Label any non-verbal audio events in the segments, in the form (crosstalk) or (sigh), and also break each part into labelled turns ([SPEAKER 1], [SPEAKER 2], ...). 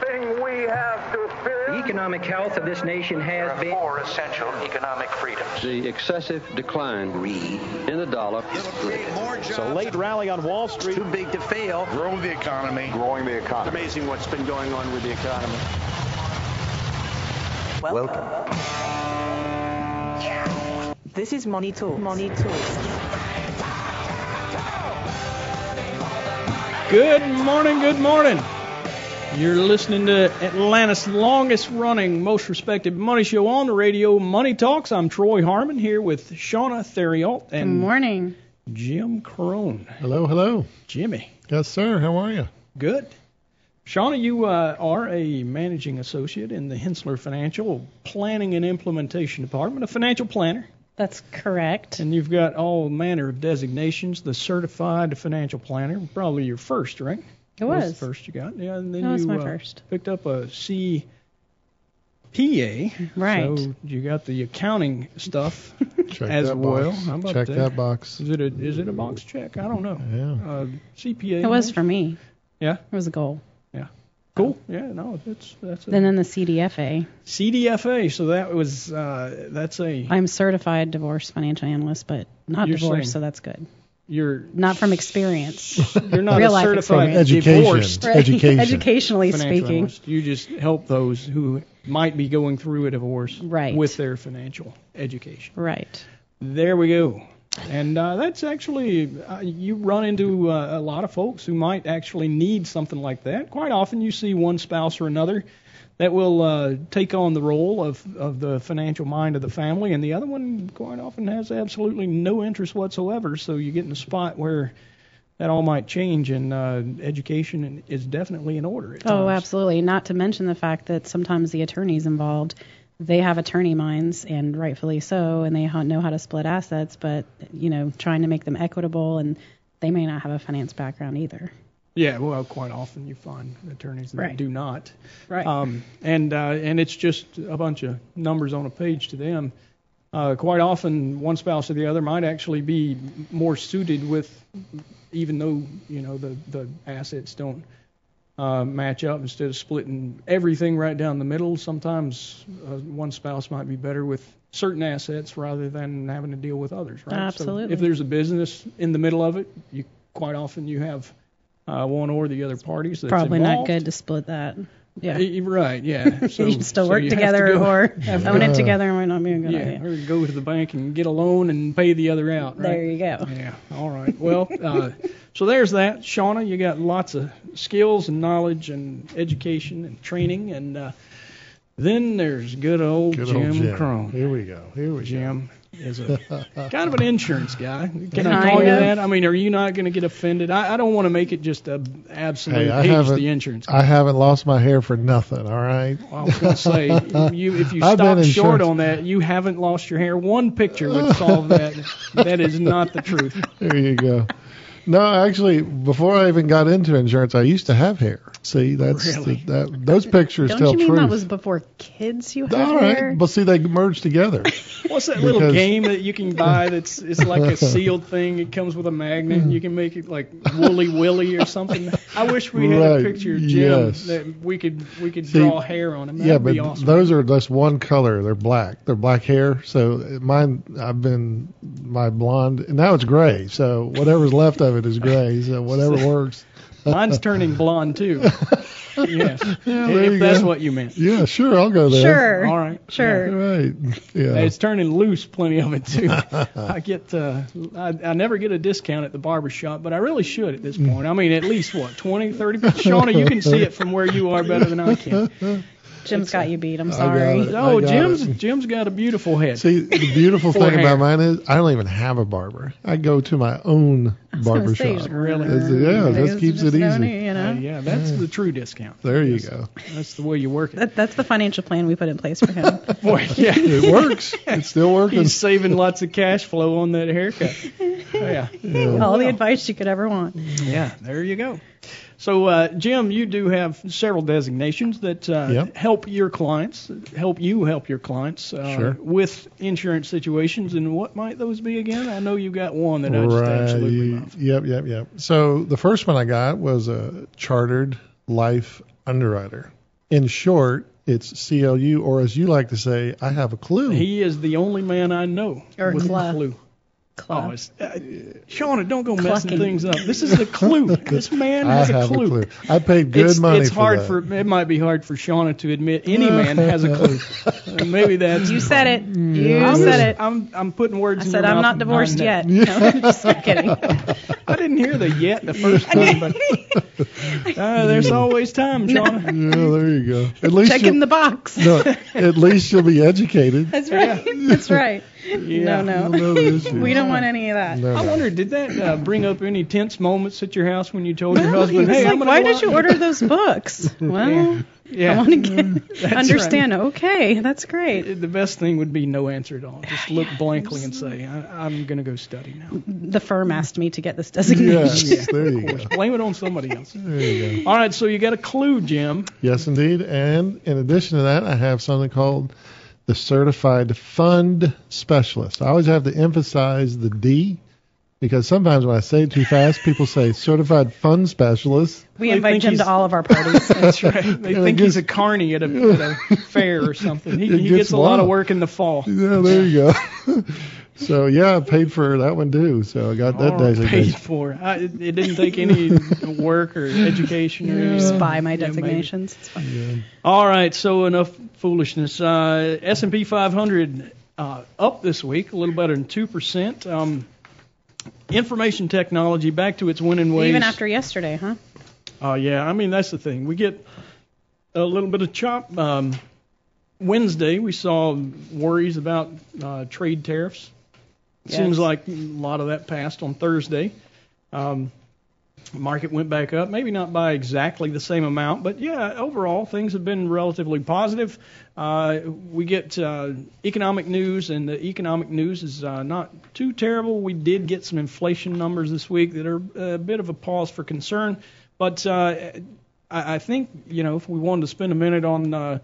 [SPEAKER 1] thing we have to fear.
[SPEAKER 2] The economic health of this nation
[SPEAKER 3] There
[SPEAKER 2] has
[SPEAKER 3] are
[SPEAKER 2] been.
[SPEAKER 3] four essential economic freedoms.
[SPEAKER 4] The excessive decline in the dollar.
[SPEAKER 5] It's a late rally on Wall Street.
[SPEAKER 6] Too big to fail.
[SPEAKER 7] Grow the economy.
[SPEAKER 8] growing the economy.
[SPEAKER 7] Amazing what's been going on with the economy.
[SPEAKER 6] Welcome.
[SPEAKER 9] This is Money Talks. Money Talks.
[SPEAKER 10] Good morning, good morning. You're listening to Atlanta's longest running, most respected money show on the radio, Money Talks. I'm Troy Harmon here with Shauna Theriault
[SPEAKER 11] Good
[SPEAKER 10] and
[SPEAKER 11] morning.
[SPEAKER 10] Jim Crone.
[SPEAKER 12] Hello, hello.
[SPEAKER 10] Jimmy,
[SPEAKER 12] Yes, sir. How are you?
[SPEAKER 10] good. Shauna, you uh, are a managing associate in the Hensler Financial Planning and Implementation Department, a financial planner.
[SPEAKER 11] That's correct.
[SPEAKER 10] And you've got all manner of designations, the certified financial planner, probably your first, right?
[SPEAKER 11] It
[SPEAKER 10] That
[SPEAKER 11] was.
[SPEAKER 10] the first you got. Yeah, and then
[SPEAKER 11] That was
[SPEAKER 10] you
[SPEAKER 11] my
[SPEAKER 10] uh,
[SPEAKER 11] first.
[SPEAKER 10] picked up a CPA.
[SPEAKER 11] Right.
[SPEAKER 10] So you got the accounting stuff
[SPEAKER 12] Check
[SPEAKER 10] as
[SPEAKER 12] that
[SPEAKER 10] well.
[SPEAKER 12] box.
[SPEAKER 10] How about
[SPEAKER 12] Check
[SPEAKER 10] that?
[SPEAKER 12] that box.
[SPEAKER 10] Is it a is it a box check? I don't know.
[SPEAKER 12] Yeah.
[SPEAKER 10] Uh, CPA.
[SPEAKER 11] It was for me.
[SPEAKER 10] Yeah.
[SPEAKER 11] It was a goal.
[SPEAKER 10] Cool. Yeah. No, that's that's
[SPEAKER 11] And
[SPEAKER 10] a
[SPEAKER 11] then the CDFA.
[SPEAKER 10] CDFA. So that was uh, that's a
[SPEAKER 11] I'm certified divorce financial analyst, but not
[SPEAKER 10] You're saying-
[SPEAKER 11] divorced, so that's good.
[SPEAKER 10] you're
[SPEAKER 11] Not
[SPEAKER 10] (laughs)
[SPEAKER 11] from experience.
[SPEAKER 10] you're not
[SPEAKER 11] real
[SPEAKER 10] a
[SPEAKER 11] life
[SPEAKER 10] certified
[SPEAKER 11] experience.
[SPEAKER 12] Education.
[SPEAKER 10] divorced
[SPEAKER 12] Right. Education.
[SPEAKER 11] Educationally
[SPEAKER 10] financial
[SPEAKER 11] speaking.
[SPEAKER 10] analyst. You just help those who might be going through a divorce
[SPEAKER 11] Right.
[SPEAKER 10] with their financial education.
[SPEAKER 11] Right.
[SPEAKER 10] There we go. And uh, that's actually, uh, you run into uh, a lot of folks who might actually need something like that. Quite often, you see one spouse or another that will uh, take on the role of, of the financial mind of the family, and the other one quite often has absolutely no interest whatsoever. So you get in a spot where that all might change, and uh, education is definitely in order. At
[SPEAKER 11] Oh,
[SPEAKER 10] times.
[SPEAKER 11] absolutely. Not to mention the fact that sometimes the attorneys involved, they have attorney minds, and rightfully so, and they ho- know how to split assets, but you know, trying to make them equitable, and they may not have a finance background either.
[SPEAKER 10] Yeah, well, quite often you find attorneys that
[SPEAKER 11] Right.
[SPEAKER 10] do not.
[SPEAKER 11] Right.
[SPEAKER 10] Um, and uh, and it's just a bunch of numbers on a page to them. Uh, quite often, one spouse or the other might actually be more suited with, even though you know the the assets don't uh, match up. Instead of splitting everything right down the middle, sometimes uh, one spouse might be better with certain assets rather than having to deal with others. Right. So
[SPEAKER 11] Absolutely.
[SPEAKER 10] if there's a business in the middle of it, you quite often you have uh, one or the other parties that's
[SPEAKER 11] Probably
[SPEAKER 10] involved.
[SPEAKER 11] not good to split that. Yeah.
[SPEAKER 10] Y- Right,
[SPEAKER 11] (laughs)
[SPEAKER 10] yeah. So,
[SPEAKER 11] you can still
[SPEAKER 10] so
[SPEAKER 11] work
[SPEAKER 10] you have to
[SPEAKER 11] together
[SPEAKER 10] go-
[SPEAKER 11] or own
[SPEAKER 12] Uh,
[SPEAKER 11] it together and might not be a
[SPEAKER 10] (laughs)
[SPEAKER 11] good
[SPEAKER 10] yeah,
[SPEAKER 11] idea.
[SPEAKER 10] or go to the bank and get a loan and pay the other out. Right?
[SPEAKER 11] There you go.
[SPEAKER 10] Yeah. All right.
[SPEAKER 11] (laughs)
[SPEAKER 10] Well, uh, so there's that, Shauna. You got lots of skills and knowledge and education and training, and uh, then there's good old
[SPEAKER 12] Good
[SPEAKER 10] Jim
[SPEAKER 12] old Jim.
[SPEAKER 10] Crone.
[SPEAKER 12] Here we go. Here we
[SPEAKER 10] Jim is
[SPEAKER 12] (laughs)
[SPEAKER 10] a kind of an insurance guy. Can I
[SPEAKER 11] Kind
[SPEAKER 10] call you
[SPEAKER 11] of.
[SPEAKER 10] that? I mean, are you not going to get offended? I, I don't want to make it just a absolute
[SPEAKER 12] Hey, I
[SPEAKER 10] hates
[SPEAKER 12] haven't-
[SPEAKER 10] the insurance.
[SPEAKER 12] go. I haven't lost my hair for nothing. All right.
[SPEAKER 10] I was going to say, you, if you
[SPEAKER 12] (laughs) I've
[SPEAKER 10] stop
[SPEAKER 12] been
[SPEAKER 10] short
[SPEAKER 12] insurance-
[SPEAKER 10] on that, you haven't lost your hair. One picture would solve
[SPEAKER 12] (laughs)
[SPEAKER 10] that. that is not the truth.
[SPEAKER 12] There you go. No, actually, before I even got into insurance, I used to have hair. See, that's
[SPEAKER 10] Really?
[SPEAKER 12] that. Those pictures
[SPEAKER 11] Don't
[SPEAKER 12] tell
[SPEAKER 11] you mean
[SPEAKER 12] truth.
[SPEAKER 11] that was before kids you had
[SPEAKER 12] all
[SPEAKER 11] hair?
[SPEAKER 12] right, but see, they merged together.
[SPEAKER 10] What's that little
[SPEAKER 12] Because-
[SPEAKER 10] game that you can buy that's it's like a sealed thing? It comes with a magnet and you can make it like Wooly Willy or something. I wish we had a
[SPEAKER 12] Right,
[SPEAKER 10] picture of Jim
[SPEAKER 12] yes.
[SPEAKER 10] that we could we could
[SPEAKER 12] See,
[SPEAKER 10] draw hair on him. That'd
[SPEAKER 12] yeah,
[SPEAKER 10] be
[SPEAKER 12] but
[SPEAKER 10] awesome.
[SPEAKER 12] those are just one color. They're black. They're black hair. So mine, I've been my blonde, and now it's gray. So whatever's left of it is gray. So
[SPEAKER 10] (laughs)
[SPEAKER 12] whatever works.
[SPEAKER 10] Mine's turning blonde
[SPEAKER 12] (laughs)
[SPEAKER 10] too. yes.
[SPEAKER 12] there
[SPEAKER 10] if
[SPEAKER 12] you
[SPEAKER 10] that's
[SPEAKER 12] go.
[SPEAKER 10] what you meant.
[SPEAKER 12] (laughs) Yeah, sure, I'll go there.
[SPEAKER 11] Sure.
[SPEAKER 10] All right.
[SPEAKER 11] Sure.
[SPEAKER 12] Right.
[SPEAKER 10] Yeah,
[SPEAKER 12] Yeah.
[SPEAKER 10] It's turning loose plenty of it
[SPEAKER 12] (laughs)
[SPEAKER 10] too. I get uh, I, I never get a discount at the barber shop, but I really should at this point. I mean, at least what 20, 30 Shauna, you can see it from where you are better than I
[SPEAKER 12] (laughs)
[SPEAKER 10] can.
[SPEAKER 11] Jim's got you beat. I'm
[SPEAKER 12] got
[SPEAKER 11] sorry. (laughs)
[SPEAKER 12] it.
[SPEAKER 10] Oh,
[SPEAKER 12] I got
[SPEAKER 10] Jim's
[SPEAKER 12] it.
[SPEAKER 10] Jim's got a beautiful head.
[SPEAKER 12] See, the beautiful
[SPEAKER 10] Four
[SPEAKER 12] thing about
[SPEAKER 10] hair.
[SPEAKER 12] mine is I don't even have a barber. I go to my own barber
[SPEAKER 11] say,
[SPEAKER 12] shop.
[SPEAKER 10] Really?
[SPEAKER 12] That's- yeah,
[SPEAKER 11] It's
[SPEAKER 12] that keeps
[SPEAKER 11] just
[SPEAKER 12] it
[SPEAKER 11] no
[SPEAKER 12] easy.
[SPEAKER 11] need, you
[SPEAKER 10] Uh,
[SPEAKER 11] know?
[SPEAKER 10] yeah, that's the true discount.
[SPEAKER 12] There you go.
[SPEAKER 10] That's the way you work it.
[SPEAKER 11] That, that's the financial plan we put in place
[SPEAKER 12] (laughs)
[SPEAKER 11] for him.
[SPEAKER 10] Boy, (laughs) yeah.
[SPEAKER 12] It works. It's still working.
[SPEAKER 10] He's saving lots of cash flow on that haircut. Oh, Yeah.
[SPEAKER 11] All the advice you could ever
[SPEAKER 10] Oh,
[SPEAKER 11] want.
[SPEAKER 10] Yeah, (laughs) there you go. So, uh, Jim, you do have several designations that uh,
[SPEAKER 12] Yep.
[SPEAKER 10] help your clients, help you help your clients uh,
[SPEAKER 12] Sure.
[SPEAKER 10] with insurance situations. And what might those be again? I know you got one that I just absolutely love.
[SPEAKER 12] Yep, yep, yep. So the first one I got was a chartered life underwriter. in short, it's CLU, or as you like to say, I have a clue.
[SPEAKER 10] He is the only man I know
[SPEAKER 11] Or
[SPEAKER 10] with
[SPEAKER 11] Cla-
[SPEAKER 10] a clue.
[SPEAKER 11] Cla-
[SPEAKER 10] Oh, it's, uh, Shauna, don't go
[SPEAKER 11] Clucking.
[SPEAKER 10] messing things up. This is the
[SPEAKER 12] (laughs)
[SPEAKER 10] clue. this man
[SPEAKER 12] I
[SPEAKER 10] has
[SPEAKER 12] have a clue. I paid good
[SPEAKER 10] it's,
[SPEAKER 12] money
[SPEAKER 10] it's
[SPEAKER 12] for
[SPEAKER 10] hard
[SPEAKER 12] that.
[SPEAKER 10] for it might be hard for Shauna to admit any man has a
[SPEAKER 12] (laughs)
[SPEAKER 10] clue. Uh, Maybe that's
[SPEAKER 11] You said it. You
[SPEAKER 10] I'm just-
[SPEAKER 11] said it.
[SPEAKER 10] I'm I'm putting words.
[SPEAKER 11] I
[SPEAKER 10] in
[SPEAKER 11] said
[SPEAKER 10] your
[SPEAKER 11] I'm
[SPEAKER 10] mouth
[SPEAKER 11] not
[SPEAKER 10] and
[SPEAKER 11] divorced
[SPEAKER 10] know. (laughs)
[SPEAKER 11] yet. No, I'm just kidding.
[SPEAKER 12] (laughs)
[SPEAKER 10] I didn't hear the yet the
[SPEAKER 11] (laughs)
[SPEAKER 10] first time, but uh, there's always time, Shauna.
[SPEAKER 12] yeah, there you
[SPEAKER 10] (laughs)
[SPEAKER 12] go. At least
[SPEAKER 11] Checking
[SPEAKER 12] you'll-
[SPEAKER 11] the
[SPEAKER 12] (laughs)
[SPEAKER 11] box.
[SPEAKER 12] no, at least you'll be
[SPEAKER 10] (laughs)
[SPEAKER 12] educated.
[SPEAKER 11] That's right. That's right.
[SPEAKER 10] Yeah.
[SPEAKER 11] No,
[SPEAKER 12] You'll
[SPEAKER 11] no.
[SPEAKER 12] know the issue.
[SPEAKER 11] We don't want any of that.
[SPEAKER 12] No,
[SPEAKER 10] I
[SPEAKER 12] no.
[SPEAKER 10] wonder, did that uh, bring up any tense moments at your house when you told your
[SPEAKER 11] No, he
[SPEAKER 10] husband,
[SPEAKER 11] was
[SPEAKER 10] "Hey,
[SPEAKER 11] like,
[SPEAKER 10] I'm gonna
[SPEAKER 11] why
[SPEAKER 10] go
[SPEAKER 11] did
[SPEAKER 10] out
[SPEAKER 11] you
[SPEAKER 10] and-" (laughs)
[SPEAKER 11] order those books? Well,
[SPEAKER 10] Yeah.
[SPEAKER 11] I want to get understand. Okay, that's great.
[SPEAKER 10] The best thing would be no answer at all.
[SPEAKER 11] Oh,
[SPEAKER 10] Just look blankly and say, I, "I'm going to go study
[SPEAKER 11] (laughs)
[SPEAKER 10] now."
[SPEAKER 11] The firm asked me to get this designation.
[SPEAKER 12] Yes,
[SPEAKER 10] (laughs)
[SPEAKER 12] there you go.
[SPEAKER 10] Blame it on somebody else.
[SPEAKER 12] There you go.
[SPEAKER 10] All right, so you got a clue, Jim.
[SPEAKER 12] Yes, indeed. And in addition to that, I have something called the Certified Fund Specialist. I always have to emphasize the D because sometimes when I say it too fast, people say Certified Fund Specialist.
[SPEAKER 11] We
[SPEAKER 10] They
[SPEAKER 11] invite
[SPEAKER 10] think
[SPEAKER 11] Jim to
[SPEAKER 10] he's-
[SPEAKER 11] all of our parties.
[SPEAKER 10] That's right. They
[SPEAKER 12] Yeah,
[SPEAKER 10] think
[SPEAKER 12] it
[SPEAKER 10] he's a
[SPEAKER 12] gets-
[SPEAKER 10] carny at a, at
[SPEAKER 11] (laughs)
[SPEAKER 10] a fair or something. He,
[SPEAKER 12] It
[SPEAKER 10] he
[SPEAKER 12] gets
[SPEAKER 10] gets a lot of
[SPEAKER 12] wild.
[SPEAKER 10] work in the fall.
[SPEAKER 12] Yeah, there you go. (laughs) so yeah, I paid for that one too. So I got that
[SPEAKER 10] Or
[SPEAKER 12] designation.
[SPEAKER 10] paid for. I, it it didn't take any work or education or anything.
[SPEAKER 11] Just buy
[SPEAKER 10] (laughs)
[SPEAKER 11] my
[SPEAKER 10] Yeah, maybe.
[SPEAKER 11] designations. It's fine.
[SPEAKER 10] All right, so enough foolishness. Uh, S&P 500 uh, up this week, a little better than two percent. Um, information technology back to its winning ways.
[SPEAKER 11] Even after yesterday, huh?
[SPEAKER 10] Oh yeah, I mean that's the thing. We get a little bit of chop. Um, Wednesday we saw worries about uh, trade tariffs. Seems
[SPEAKER 11] Yes.
[SPEAKER 10] like a lot of that passed on Thursday. Um, market went back up, maybe not by exactly the same amount, but yeah, overall things have been relatively positive. Uh, we get uh, economic news, and the economic news is uh, not too terrible. We did get some inflation numbers this week that are a bit of a pause for concern, but uh, I, I think you know if we wanted to spend a minute on uh,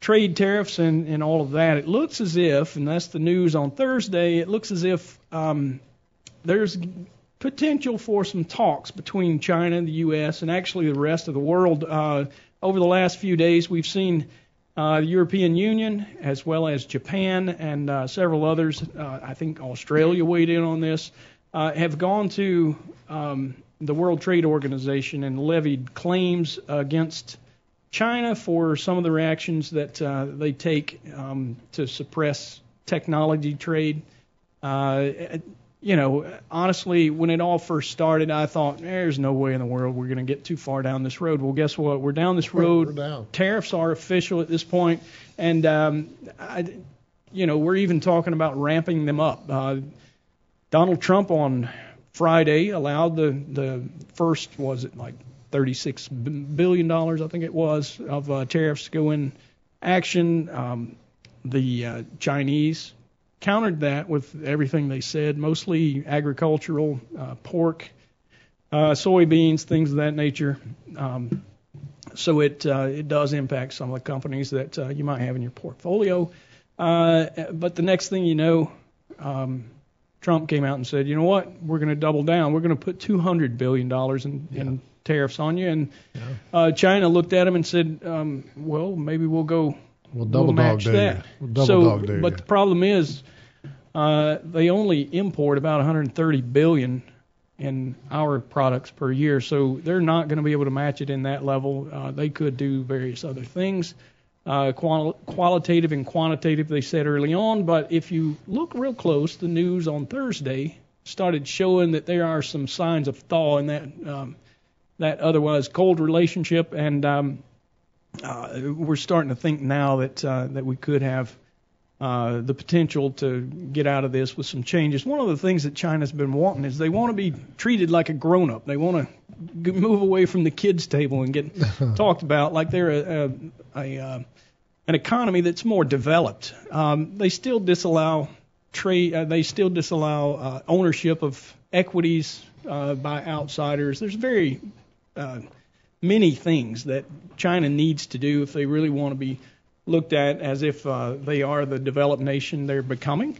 [SPEAKER 10] trade tariffs and, and all of that, it looks as if, and that's the news on Thursday, it looks as if um, there's potential for some talks between China and the U.S. and actually the rest of the world. Uh, over the last few days, we've seen uh, the European Union as well as Japan and uh, several others. Uh, I think Australia weighed in on this. Uh, have gone to um, the World Trade Organization and levied claims against China for some of the reactions that uh, they take um, to suppress technology trade. Uh, you know, honestly, when it all first started, I thought there's no way in the world we're going to get too far down this road. Well, guess what? We're down this road.
[SPEAKER 12] we're down.
[SPEAKER 10] Tariffs are official at this point, and um, I, you know, we're even talking about ramping them up. Uh, Donald Trump on Friday allowed the the first was it like 36 b- billion dollars I think it was of uh, tariffs to go in action. Um, the uh, Chinese countered that with everything they said, mostly agricultural, uh, pork, uh, soybeans, things of that nature. Um, so it uh, it does impact some of the companies that uh, you might have in your portfolio. Uh, but the next thing you know, um, Trump came out and said, you know what, we're going to double down. We're going to put 200 billion dollars in, in tariffs on you. And uh, China looked at him and said, um, well, maybe we'll go
[SPEAKER 12] Well,
[SPEAKER 10] we'll
[SPEAKER 12] double dog
[SPEAKER 10] match
[SPEAKER 12] dare
[SPEAKER 10] that.
[SPEAKER 12] you. Well, double
[SPEAKER 10] so,
[SPEAKER 12] dog dare
[SPEAKER 10] but
[SPEAKER 12] you.
[SPEAKER 10] the problem is, uh, they only import about 130 billion in our products per year, so they're not going to be able to match it in that level. Uh, they could do various other things, uh, qual- qualitative and quantitative. They said early on, but if you look real close, the news on Thursday started showing that there are some signs of thaw in that um, that otherwise cold relationship, and um, uh, we're starting to think now that uh, that we could have uh, the potential to get out of this with some changes. One of the things that China's been wanting is they want to be treated like a grown up. They want to g- move away from the kids' table and get talked about like they're a, a, a uh, an economy that's more developed. Um, they still disallow trade. Uh, they still disallow uh, ownership of equities uh, by outsiders. There's very uh, many things that China needs to do if they really want to be looked at as if uh, they are the developed nation they're becoming.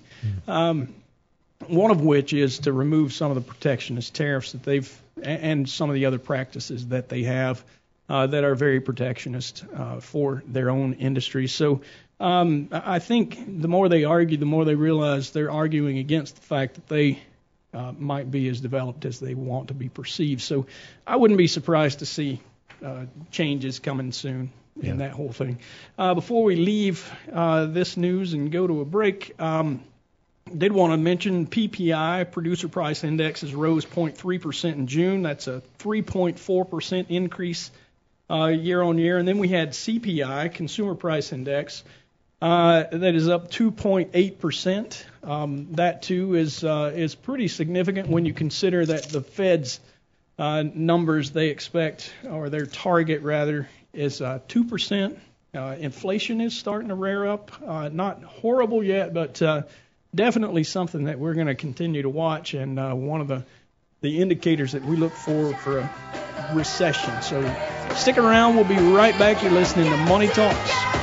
[SPEAKER 10] Um, one of which is to remove some of the protectionist tariffs that they've a- and some of the other practices that they have. uh, that are very protectionist uh, for their own industry. So um, I I think the more they argue, the more they realize they're arguing against the fact that they uh, might be as developed as they want to be perceived. So I wouldn't be surprised to see uh, changes coming soon in that whole thing. Uh, before we leave uh, this news and go to a break, um, did want to mention PPI, producer price indexes rose 0.3% in June. That's a 3.4% increase uh, year on year. And then we had CPI, consumer price index, uh, that is up 2.8%. Um, that too is uh, is pretty significant when you consider that the Fed's uh, numbers they expect or their target rather is uh, 2%. Uh, inflation is starting to rear up. Uh, not horrible yet, but uh, definitely something that we're going to continue to watch and uh, one of the the indicators that we look for for a recession. So stick around. We'll be right back. You're listening to Money Talks.